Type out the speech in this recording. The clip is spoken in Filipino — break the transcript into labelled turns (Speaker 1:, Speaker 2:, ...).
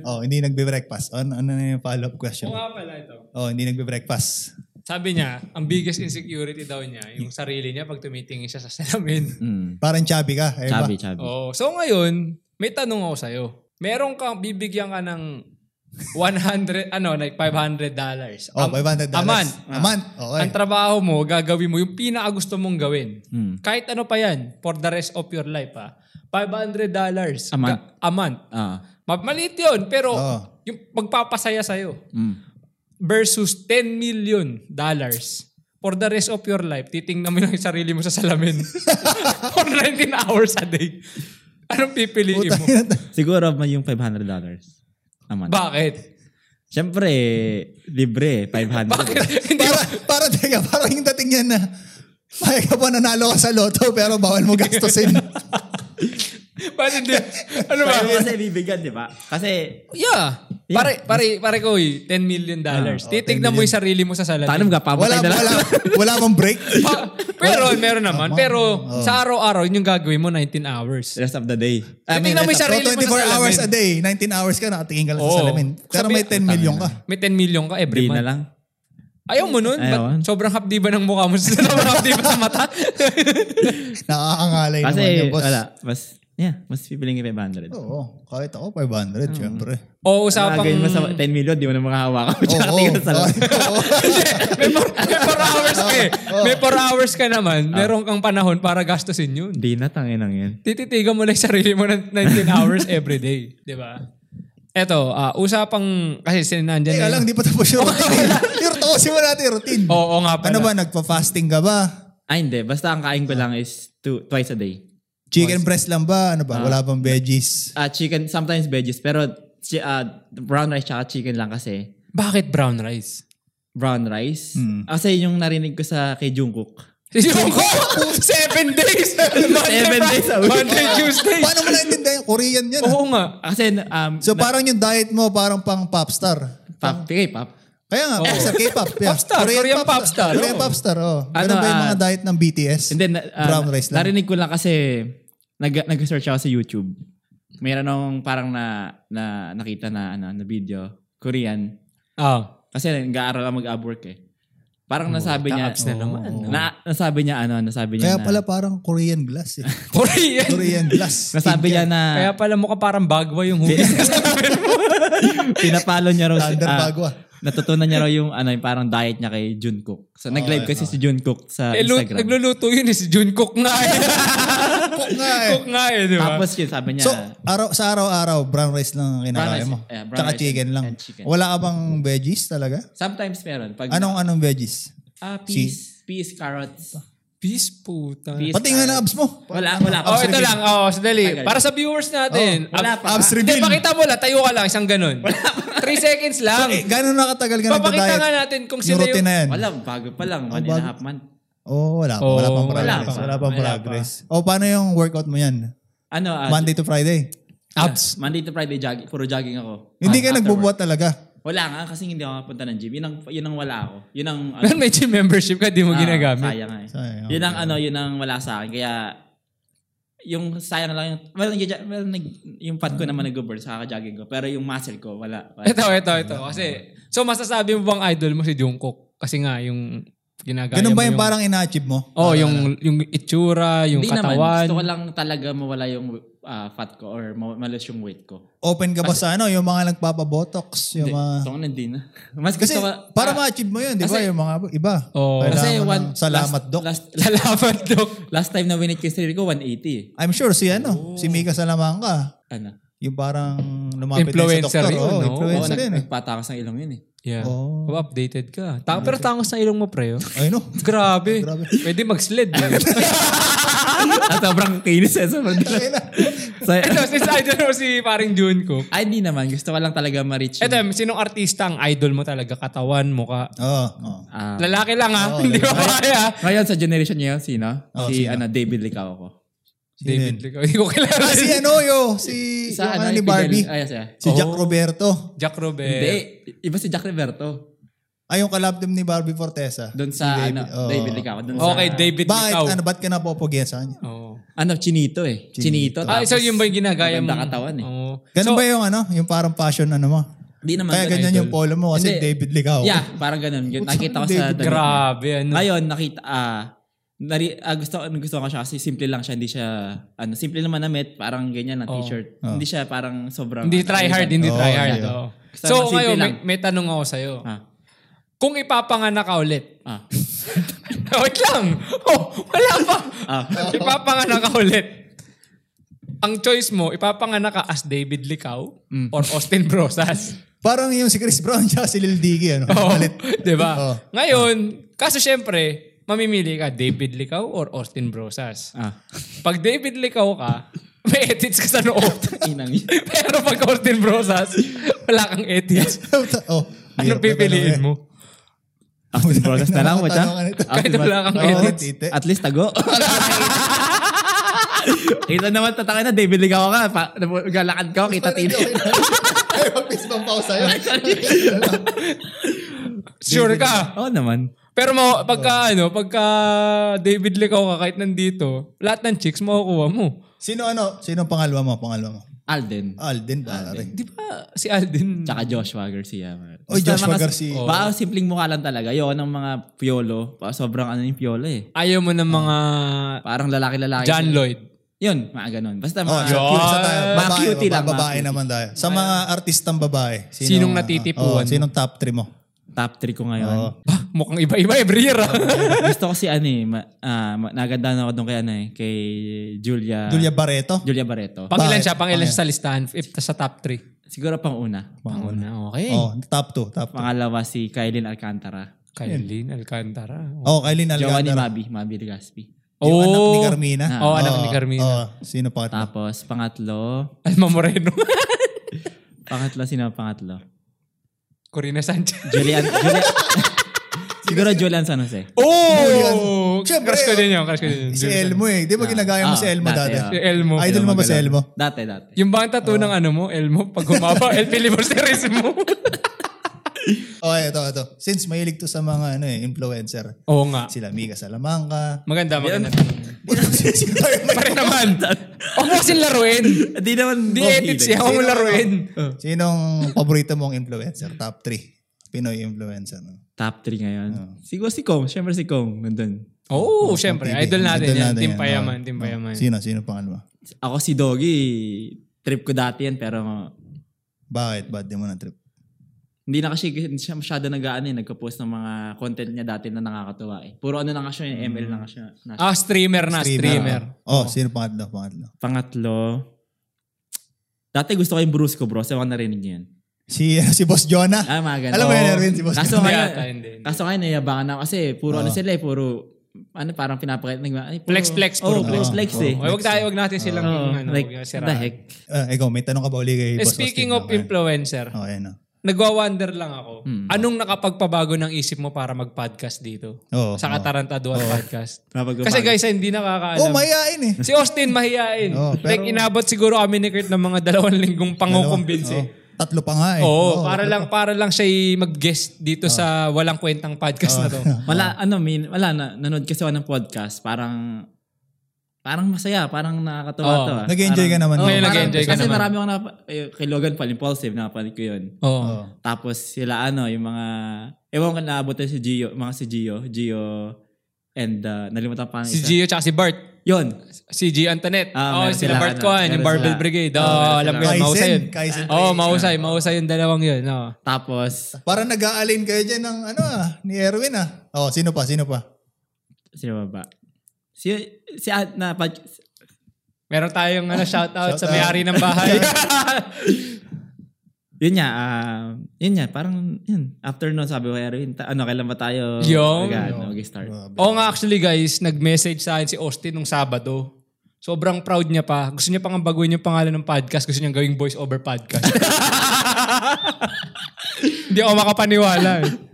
Speaker 1: Oh, hindi nagbe-breakfast. Ano, ano na yung follow-up question?
Speaker 2: Oo nga pala ito.
Speaker 1: Oh, hindi nagbe-breakfast.
Speaker 2: Sabi niya, ang biggest insecurity daw niya, yung sarili niya pag tumitingin siya sa salamin.
Speaker 3: Mm.
Speaker 1: Parang chubby ka. Eh,
Speaker 3: Chubby,
Speaker 1: ba?
Speaker 3: chubby.
Speaker 2: Oo. So ngayon, may tanong ako sa'yo. Meron kang, bibigyan ka ng 100, ano, like 500 dollars.
Speaker 1: Oh, 500
Speaker 2: A month.
Speaker 1: A month. Okay.
Speaker 2: Ah. Ang trabaho mo, gagawin mo yung pinakagusto mong gawin.
Speaker 3: Mm.
Speaker 2: Kahit ano pa yan, for the rest of your life ha. 500 dollars
Speaker 3: A month.
Speaker 2: a month.
Speaker 3: Ah.
Speaker 2: Ma- Maliit yun, pero
Speaker 1: Oo.
Speaker 2: yung magpapasaya sa'yo
Speaker 3: Mm.
Speaker 2: versus 10 million dollars for the rest of your life, titingnan mo lang yung sarili mo sa salamin for 19 hours a day. Anong pipiliin mo?
Speaker 3: Siguro may yung $500 a month.
Speaker 2: Bakit?
Speaker 3: Siyempre, libre, 500.
Speaker 2: Bakit? Hindi
Speaker 1: para, para, teka, parang yung dating niya na Paya ka po nanalo ka sa loto pero bawal mo gastusin.
Speaker 2: Bakit hindi? Ano ba?
Speaker 3: Pero kasi bibigyan, di ba? Kasi,
Speaker 2: Yeah. Pare, pare, pare ko eh, 10 million dollars.
Speaker 1: Ah, oh, 10
Speaker 2: Titignan mo yung sarili mo sa
Speaker 3: tanong
Speaker 2: salamin.
Speaker 3: ka,
Speaker 1: wala,
Speaker 3: pamatay na lang.
Speaker 1: wala, wala mong break.
Speaker 2: Pa- pero meron naman.
Speaker 1: Tama.
Speaker 2: Pero
Speaker 1: oh.
Speaker 2: sa araw-araw, yun yung gagawin mo 19 hours.
Speaker 3: Rest of the day.
Speaker 2: Titignan mo yung
Speaker 1: So
Speaker 3: rest of-
Speaker 2: sarili
Speaker 1: 24
Speaker 2: mo sa salamin.
Speaker 1: Eh, hours a day, 19 hours ka, nakatingin ka lang
Speaker 2: Oo.
Speaker 1: sa salamin. Pero may 10 million ka.
Speaker 2: May 10 million ka every
Speaker 3: Day na
Speaker 2: month.
Speaker 3: lang.
Speaker 2: Ayaw mo nun?
Speaker 3: Ayaw.
Speaker 2: Ba't sobrang hapdi ba ng mukha mo? sobrang hapdi ba sa mata?
Speaker 1: Nakakangalay
Speaker 3: Kasi,
Speaker 1: naman yun, boss.
Speaker 3: wala. Mas, yeah, mas pipiling yung 500.
Speaker 1: Oo, kahit ako 500,
Speaker 2: Hmm.
Speaker 1: syempre.
Speaker 2: o
Speaker 3: Sa
Speaker 2: usapang...
Speaker 3: pang... mo sa 10 million, di mo na makahawakan.
Speaker 1: Oo,
Speaker 3: Tsaka tingin sa
Speaker 1: oo.
Speaker 3: lang.
Speaker 2: Hindi, may 4 hours ka eh.
Speaker 1: Oh.
Speaker 2: May 4 hours ka naman.
Speaker 3: Ah.
Speaker 2: Meron kang panahon para gastusin yun.
Speaker 3: Di na, tangin lang yan.
Speaker 2: Tititigan mo lang yung sarili mo ng 19 hours every day. Di ba? Eto, ah, usapang... Kasi sinandyan
Speaker 1: Teka
Speaker 2: na
Speaker 1: lang,
Speaker 2: yun.
Speaker 1: di pa tapos yung routine. yung tapusin mo natin yung routine.
Speaker 2: Oo nga pala.
Speaker 1: ano ba, nagpa-fasting ka ba?
Speaker 3: Ah, hindi. Basta ang kain ko lang is two, twice a day.
Speaker 1: Chicken breast lang ba? Ano ba? Wala bang veggies?
Speaker 3: Ah, chicken, sometimes veggies, pero chi- ah, brown rice tsaka chicken lang kasi.
Speaker 2: Bakit brown rice?
Speaker 3: Brown rice. Kasi yung narinig ko sa kay Jungkook.
Speaker 2: Yung ko, seven days.
Speaker 3: Seven days a week.
Speaker 2: Monday, Tuesday.
Speaker 1: Paano mo naintindihan? Korean yan.
Speaker 3: Oh.
Speaker 1: ah.
Speaker 2: Oo nga.
Speaker 3: Kasi, um,
Speaker 1: So parang yung diet mo parang pang popstar.
Speaker 3: pop, K-pop.
Speaker 1: Kaya
Speaker 3: Oh.
Speaker 1: nga, popstar, K-pop. Yeah.
Speaker 2: Popstar, Korean popstar,
Speaker 1: Korean
Speaker 2: oo.
Speaker 1: popstar, oo.
Speaker 3: Ano,
Speaker 1: Ano ba yung mga
Speaker 3: ah,
Speaker 1: diet ng BTS?
Speaker 3: And then, ah,
Speaker 1: Brown rice lang.
Speaker 3: narinig ko lang kasi, nag, nag-search ako sa YouTube. Mayroon akong parang na, na nakita na, ano, na video. Korean.
Speaker 2: Ah.
Speaker 3: Kasi nag-aaral ako mag-upwork eh.
Speaker 1: Oh,
Speaker 3: Parang nasabi niya, oh,
Speaker 2: ta-ups na naman, no?
Speaker 3: na, nasabi niya ano, nasabi niya
Speaker 1: Kaya
Speaker 3: na,
Speaker 1: pala parang Korean glass eh.
Speaker 2: Korean.
Speaker 1: Korean glass.
Speaker 3: nasabi niya na,
Speaker 2: Kaya pala mukha parang bagwa yung hugis.
Speaker 3: pinapalo niya raw, si-
Speaker 1: Thunder
Speaker 3: ah,
Speaker 1: bagwa.
Speaker 3: natutunan niya raw yung, ano, yung parang diet niya kay Jungkook. So,
Speaker 1: Oh,
Speaker 3: nag-live kasi si Jungkook sa
Speaker 2: eh, lu-
Speaker 3: Instagram.
Speaker 2: nagluluto yun eh, si Jungkook nga eh.
Speaker 1: Cook nga eh.
Speaker 2: Cook nga eh, di ba?
Speaker 3: Tapos yun, sabi niya,
Speaker 1: So, araw, sa araw-araw, brown rice lang ang kinakain
Speaker 3: rice,
Speaker 1: mo.
Speaker 3: yeah, brown
Speaker 1: Tsaka
Speaker 3: rice
Speaker 1: chicken
Speaker 3: and-
Speaker 1: lang.
Speaker 3: and chicken.
Speaker 1: Wala ka bang veggies talaga?
Speaker 3: sometimes meron. Pag,
Speaker 1: Anong anong veggies?
Speaker 3: Ah, peas, peas, carrots.
Speaker 2: Peace puta.
Speaker 3: Peas,
Speaker 1: Pati nga ng abs mo.
Speaker 3: Wala, wala pa.
Speaker 2: Oh, ito lang. Oh, sandali.
Speaker 3: Tagal.
Speaker 2: Para sa viewers natin.
Speaker 3: Oh, wala
Speaker 2: Ab-
Speaker 3: pa.
Speaker 1: Abs
Speaker 2: Hindi,
Speaker 1: reveal.
Speaker 2: pakita mo lang. Tayo ka lang. Isang ganun. 3 seconds lang.
Speaker 1: Eh, Gano'n na katagal ka nagda-diet?
Speaker 2: Papakita nga natin kung
Speaker 1: Yung
Speaker 2: sino
Speaker 1: routine na
Speaker 2: yung...
Speaker 1: yan.
Speaker 3: Wala, bago pa lang. One and
Speaker 1: bago.
Speaker 3: a half month.
Speaker 1: Oh, wala pa.
Speaker 2: Oh,
Speaker 1: wala pang
Speaker 2: wala
Speaker 1: progress.
Speaker 3: pa.
Speaker 1: Wala, pang
Speaker 2: Wala
Speaker 1: progress. Oh, paano yung workout mo yan?
Speaker 3: Ano, ah,
Speaker 1: Monday to Friday?
Speaker 2: Abs.
Speaker 3: Monday to Friday, jogging, puro jogging ako.
Speaker 1: Hindi ka
Speaker 3: Ah, after
Speaker 1: nagbubuhat talaga.
Speaker 3: work. Wala nga, kasi hindi ako mapunta ng gym. Yun ang, yun ang wala ako. Yun ang, ano,
Speaker 2: May gym membership ka, di mo
Speaker 3: ah,
Speaker 2: ginagamit.
Speaker 3: Sayang nga eh.
Speaker 1: Sayang,
Speaker 3: Yun ang, ano, yun ang wala sa akin. Kaya, yung sayang lang yung, well, nag- well, nag- yung pad ko naman nag-burn sa jogging ko. Pero yung muscle ko, wala.
Speaker 1: Eh,
Speaker 3: wala.
Speaker 2: Ito, ito, ito. Kasi, so masasabi mo bang idol mo si Jungkook? Kasi nga, yung ginagaya
Speaker 1: Ganun
Speaker 2: mo
Speaker 1: ba yung parang in-achieve mo?
Speaker 2: Oh, yung yung itsura, yung
Speaker 3: Ah. Hindi naman.
Speaker 2: katawan.
Speaker 3: Gusto ko lang talaga mawala yung ah, fat ko or ma- malus yung weight ko.
Speaker 1: Open ka ba sa ano? Yung mga nagpapabotox? Yung
Speaker 3: Hindi.
Speaker 1: mga...
Speaker 3: Gusto ko na hindi na. Mas
Speaker 1: Kasi
Speaker 3: gusto ko...
Speaker 1: para
Speaker 3: ah,
Speaker 1: ma-achieve mo yun, di ba?
Speaker 3: kasi-
Speaker 1: Yung mga iba.
Speaker 2: Oo.
Speaker 1: Kailangan
Speaker 3: kasi
Speaker 1: ng
Speaker 3: one...
Speaker 1: salamat,
Speaker 3: last,
Speaker 1: Doc.
Speaker 3: Last,
Speaker 2: Lalaban dok.
Speaker 3: last time na winit ko yung sarili ko, 180.
Speaker 1: I'm sure si ano, si Mika Salamangka,
Speaker 3: eh. Ano?
Speaker 1: yung parang lumapit din
Speaker 2: Influencer
Speaker 1: sa doktor.
Speaker 2: yun,
Speaker 1: Oo,
Speaker 2: no?
Speaker 3: Oo,
Speaker 1: influencer
Speaker 3: Oh, nag,
Speaker 1: yun eh.
Speaker 3: nagpatakas ng ilong yun eh.
Speaker 2: Yeah.
Speaker 1: Oo.
Speaker 2: Oh. Updated ka.
Speaker 3: Ah,
Speaker 2: Ta- pero tangos na ilong mo, pre. oh.
Speaker 1: Ay eh. no.
Speaker 2: Grabe.
Speaker 1: Grabe.
Speaker 2: Pwede mag-sled. eh.
Speaker 3: At Ah, sobrang kinis eh. Sobrang so,
Speaker 2: Ito, since idol mo si paring June ko.
Speaker 3: ay, di naman. Gusto ko lang talaga ma-reach
Speaker 2: Ito,
Speaker 3: yun.
Speaker 2: sinong artista ang idol mo talaga? Katawan, mukha.
Speaker 1: Oo. oo.
Speaker 3: Ah,
Speaker 2: Lalaki lang ha. Hindi ba kaya?
Speaker 3: ngayon, sa generation niya, sino?
Speaker 1: Oh,
Speaker 3: si
Speaker 1: sino?
Speaker 3: ano, David Licao ko.
Speaker 2: David Lee. Hindi ko kilala.
Speaker 1: Ah, si ano yo, si yung ano ni
Speaker 3: yung
Speaker 1: Barbie.
Speaker 3: Fidel- Ay, siya.
Speaker 1: Si
Speaker 2: Oh.
Speaker 1: Jack Roberto.
Speaker 2: Jack Robert.
Speaker 3: Hindi. Iba si Jack Roberto.
Speaker 1: Ay, Ah, yung kalabdom ni Barbie Fortesa.
Speaker 3: Doon sa,
Speaker 1: David, oh.
Speaker 3: ano,
Speaker 1: oo.
Speaker 3: David Licao. Doon
Speaker 2: Okay,
Speaker 3: sa,
Speaker 2: David
Speaker 1: Bakit?
Speaker 2: Ikaw.
Speaker 1: Ano, ba't ka napopogyan sa kanya?
Speaker 2: Oo.
Speaker 3: Ano, chinito eh. Chinito.
Speaker 2: Ah, so
Speaker 3: tapos
Speaker 2: yun ba yung ginagaya mo?
Speaker 3: maganda katawan eh.
Speaker 2: Oo.
Speaker 1: Ganun
Speaker 2: so,
Speaker 1: ba yung ano? Yung parang passion ano mo?
Speaker 3: Di naman
Speaker 1: Kaya
Speaker 3: ganun,
Speaker 1: ganyan
Speaker 3: idol.
Speaker 1: yung polo mo kasi
Speaker 3: Hindi.
Speaker 1: David oh. Licao.
Speaker 3: Yeah, parang ganun. Yun, nakita ko sa
Speaker 1: David,
Speaker 3: damit.
Speaker 2: grabe. Ano?
Speaker 3: Ngayon, nakita, ah, nari, ah, gusto, gusto ko siya kasi simple lang siya. Hindi siya, ano, simple naman na met, parang ganyan na
Speaker 2: Oo.
Speaker 3: t-shirt.
Speaker 1: Oo.
Speaker 3: Hindi siya parang
Speaker 2: Oh.
Speaker 3: sobrang... ano,
Speaker 2: hindi try hard, hindi
Speaker 1: Oo,
Speaker 2: try hard.
Speaker 1: yeah.
Speaker 2: oo.
Speaker 3: Basta
Speaker 2: So,
Speaker 3: simple
Speaker 2: ngayon, may,
Speaker 3: lang.
Speaker 2: may tanong ako sa'yo.
Speaker 3: Ah,
Speaker 2: Kung ipapanganak ka ulit,
Speaker 3: ah,
Speaker 2: Wait lang. Oh, wala pa.
Speaker 3: ah.
Speaker 2: Ipapanganak ka ulit. Ang choice mo, ipapanganak ka as David Licao or Austin Brosas.
Speaker 1: Parang yung si Chris Brown siya si Lil Dicky. Ano?
Speaker 2: Oo.
Speaker 1: Palit.
Speaker 2: diba?
Speaker 1: Oo.
Speaker 2: Ngayon, kaso syempre, mamimili ka David Licao or Austin Brosas.
Speaker 3: ah.
Speaker 2: Pag David Licao ka, may ethics ka sa noo.
Speaker 3: Inang yun.
Speaker 2: Pero pag Austin Brosas, wala kang ethics.
Speaker 1: oh,
Speaker 2: Ano pipiliin mo?
Speaker 3: Austin Brothers na lang,
Speaker 1: Tanong-
Speaker 3: wata.
Speaker 1: tanong ano ito?
Speaker 2: Kahit wala kang
Speaker 1: Oo,
Speaker 2: edits.
Speaker 1: tite.
Speaker 3: At least tago. kita naman, tataka na, David Ligaw ka. Pa, galakad ka, kita tini.
Speaker 1: Ay, mag-fist bump ako sa'yo.
Speaker 2: Sure ka?
Speaker 3: Oo naman.
Speaker 2: Pero mo, pagka ano, pagka David Licao ka kahit nandito, lahat ng chicks makukuha mo.
Speaker 1: Sino ano? Sino ang pangalawa mo? Pangalawa mo?
Speaker 3: Alden.
Speaker 1: Alden ba? rin?
Speaker 2: Di ba si Alden?
Speaker 3: Tsaka Joshua Garcia. man.
Speaker 1: Oy,
Speaker 3: Basta
Speaker 1: Joshua
Speaker 3: mga-
Speaker 1: Garcia.
Speaker 3: Oh. Baka simpleng mukha lang talaga. Yun ang mga piolo. Pa- Sobrang ano yung piolo eh.
Speaker 2: Ayaw mo ng mga
Speaker 3: Parang
Speaker 1: Ah,
Speaker 3: lalaki-lalaki.
Speaker 2: John
Speaker 3: sila.
Speaker 2: Lloyd.
Speaker 3: Yun, mga ganun. Basta
Speaker 1: Oh,
Speaker 3: mga...
Speaker 1: sa cute sa tayo.
Speaker 2: Yun. Ah,
Speaker 1: Babae,
Speaker 3: Mga cutie
Speaker 1: babae,
Speaker 3: lang, mga
Speaker 1: babae
Speaker 3: cutie.
Speaker 1: naman tayo. Sa mga artistang babae.
Speaker 2: Sinong
Speaker 1: ah,
Speaker 2: natitipuan
Speaker 1: oh, sinong top 3 mo?
Speaker 3: Top 3 ko ngayon.
Speaker 1: Oo.
Speaker 2: Bah, mukhang iba-iba every year. ah.
Speaker 3: Gusto ko si ano eh. Ma, ah, ma- nagandaan ako doon kay ano eh. Kay Julia...
Speaker 1: Julia
Speaker 2: Ah.
Speaker 1: Barreto?
Speaker 3: Julia Barreto.
Speaker 1: Bakit?
Speaker 2: pangilan siya, pangilan siya sa listahan. If sa top 3.
Speaker 3: Siguro pang una.
Speaker 2: Panguna, okay.
Speaker 1: Oh, top 2, top 2.
Speaker 3: Pangalawa si Kailin Alcantara.
Speaker 2: Kailin Alcantara.
Speaker 1: Oh, Kailin
Speaker 3: Jowa ni
Speaker 1: Alcantara.
Speaker 3: Mabi, Mabi Legaspi.
Speaker 1: Yung
Speaker 2: Oh,
Speaker 1: anak ni Carmina.
Speaker 2: Ah, oh, anak ni Carmina. Ah.
Speaker 1: Oh, sino pa?
Speaker 3: Tapos pangatlo,
Speaker 2: Alma Moreno.
Speaker 3: pangatlo sino ang pangatlo?
Speaker 2: Corina Sanchez.
Speaker 3: Julian, Julian Siguro Julian San Jose.
Speaker 2: Oh!
Speaker 1: Siyempre,
Speaker 2: Crush ko din yun. Crush ko din yun.
Speaker 1: Si Elmo eh. Di ba ginagaya mo
Speaker 3: Ah,
Speaker 1: si Elmo
Speaker 3: dati,
Speaker 1: dati?
Speaker 3: ah.
Speaker 2: Si Elmo.
Speaker 1: Idol mo Ano ba si Elmo?
Speaker 3: Dati, dati.
Speaker 2: Yung bang tattoo ng ano mo, Elmo, pag humaba, El Filibusteris mo.
Speaker 1: Oh, ito, ito. Since mahilig to sa mga ano eh, influencer.
Speaker 2: Oo nga.
Speaker 1: Sila Mika Salamanca.
Speaker 2: Maganda, maganda.
Speaker 1: sino,
Speaker 2: Pare naman. Huwag mo kasing laruin.
Speaker 1: Oh,
Speaker 3: Hindi naman
Speaker 2: Di ethics yan. Huwag mo laruin.
Speaker 1: sinong paborito mong influencer? Top 3. Pinoy influencer. No?
Speaker 3: Top 3 ngayon.
Speaker 1: Oh.
Speaker 3: Siguro si Kong. Siyempre si Kong. Nandun.
Speaker 2: Oo, oh, syempre.
Speaker 1: Pili.
Speaker 2: Idol natin
Speaker 1: Idol
Speaker 2: yan.
Speaker 1: natin
Speaker 2: Team
Speaker 1: yan.
Speaker 2: Payaman,
Speaker 1: Oh.
Speaker 2: Team
Speaker 1: Oh.
Speaker 2: Payaman.
Speaker 1: Sino? Sino pang ano?
Speaker 3: Ako si Doggy. Trip ko dati yan pero
Speaker 1: Bakit? Ba't di mo na trip?
Speaker 3: hindi na kasi hindi siya masyado nag-ano eh, nagka-post ng mga content niya dati na nakakatuwa eh. Puro ano lang siya, yung ML lang siya. na-
Speaker 2: Ah, streamer na, streamer.
Speaker 1: Oh, sino pangatlo? Pangatlo.
Speaker 3: Pangatlo, dati gusto ko yung Brusco bro, sa mga narinig niyo yun.
Speaker 1: Si, ano, si Boss Jonah.
Speaker 3: Ah, mga ganun.
Speaker 1: Alam mo yun, Erwin, si Boss
Speaker 3: Kaso
Speaker 2: Hindi
Speaker 3: ngayon,
Speaker 2: ata, hindi, hindi.
Speaker 3: kaso ngayon, nayabangan na ako kasi puro ano sila eh, puro, ano parang pinapakita. Nag, ay, puro,
Speaker 2: Flex, flex, puro
Speaker 3: oh, puro
Speaker 2: flex.
Speaker 3: flex eh.
Speaker 2: Oh, huwag tayo, huwag natin silang
Speaker 3: Oh,
Speaker 2: ano,
Speaker 3: like,
Speaker 2: huwag
Speaker 3: what the heck?
Speaker 2: siraan.
Speaker 1: Ah, ikaw, may tanong ka ba uli kay
Speaker 2: Eh,
Speaker 1: Boss
Speaker 2: Speaking
Speaker 1: Austin?
Speaker 2: of influencer,
Speaker 1: Oh, ayan.
Speaker 2: nagwa-wonder lang ako. Anong nakapagpabago ng isip mo para mag-podcast dito?
Speaker 1: Oh,
Speaker 2: Sa
Speaker 1: oh.
Speaker 2: Katarantaduan Podcast.
Speaker 3: Napag-
Speaker 2: Kasi guys, hindi nakakaalam.
Speaker 1: Oh, mayain eh.
Speaker 2: Si Austin mahihain.
Speaker 1: Oo, pero-
Speaker 2: like inabot siguro kami ni Kurt ng mga dalawang linggong pangukumbinsi.
Speaker 1: Oh, tatlo pa nga eh.
Speaker 2: Oo, para lang para lang siya mag-guest dito sa walang kwentang podcast na to.
Speaker 3: Wala, ano, min, wala, na, nanood kasi ako ng podcast, parang, parang masaya, parang nakakatawa
Speaker 2: Oh,
Speaker 3: to. ah.
Speaker 1: nag-enjoy ka naman.
Speaker 2: Oo,
Speaker 1: no?
Speaker 2: yun,
Speaker 3: Parang-
Speaker 2: nag-enjoy ka
Speaker 3: Kasi
Speaker 2: naman.
Speaker 3: marami ako na, eh, kay Logan pala, impulsive, napalit ko yun.
Speaker 2: Oo.
Speaker 1: Oh.
Speaker 3: Tapos sila ano, yung mga, ewan ko naabot si Gio, mga si Gio, Gio, and uh, nalimutan pa ang
Speaker 2: Si
Speaker 3: isa.
Speaker 2: Gio tsaka si Bart.
Speaker 3: Yun.
Speaker 2: Si G. Antoinette.
Speaker 3: Ah,
Speaker 2: oh,
Speaker 3: meron
Speaker 2: sila
Speaker 3: sila,
Speaker 2: Bart
Speaker 3: ano,
Speaker 2: Kwan, yung
Speaker 3: meron
Speaker 2: Barbell
Speaker 3: sila.
Speaker 2: Brigade.
Speaker 3: Oh,
Speaker 2: Oh,
Speaker 3: meron
Speaker 2: alam ko
Speaker 3: sila.
Speaker 2: yun, mahusay
Speaker 1: Kaizen,
Speaker 2: yun.
Speaker 1: Kaizen
Speaker 2: Oo, oh, mahusay, mahusay yung dalawang yun. oh. oo.
Speaker 3: Tapos,
Speaker 1: Para nag-aalin kayo dyan ng ano ah, ni Erwin ah. Oh, sino pa, sino pa?
Speaker 3: sino ba ba? Si, si, at, na, pag,
Speaker 2: Meron tayong ano, shoutout sa
Speaker 1: Shoutout.
Speaker 2: may-ari ng bahay.
Speaker 3: yun nga, ah, yun nga, parang, yun, after nun, sabi ko, Erwin, ta- ano, kailan ba tayo,
Speaker 2: Yung-
Speaker 3: mag- ano, mag-start?
Speaker 2: Oo nga actually guys, nag-message sa akin si Austin nung Sabado. Sobrang proud niya pa. Gusto niya pang baguhin yung pangalan ng podcast. Gusto niya gawing voice over podcast. Hindi ako makapaniwala eh.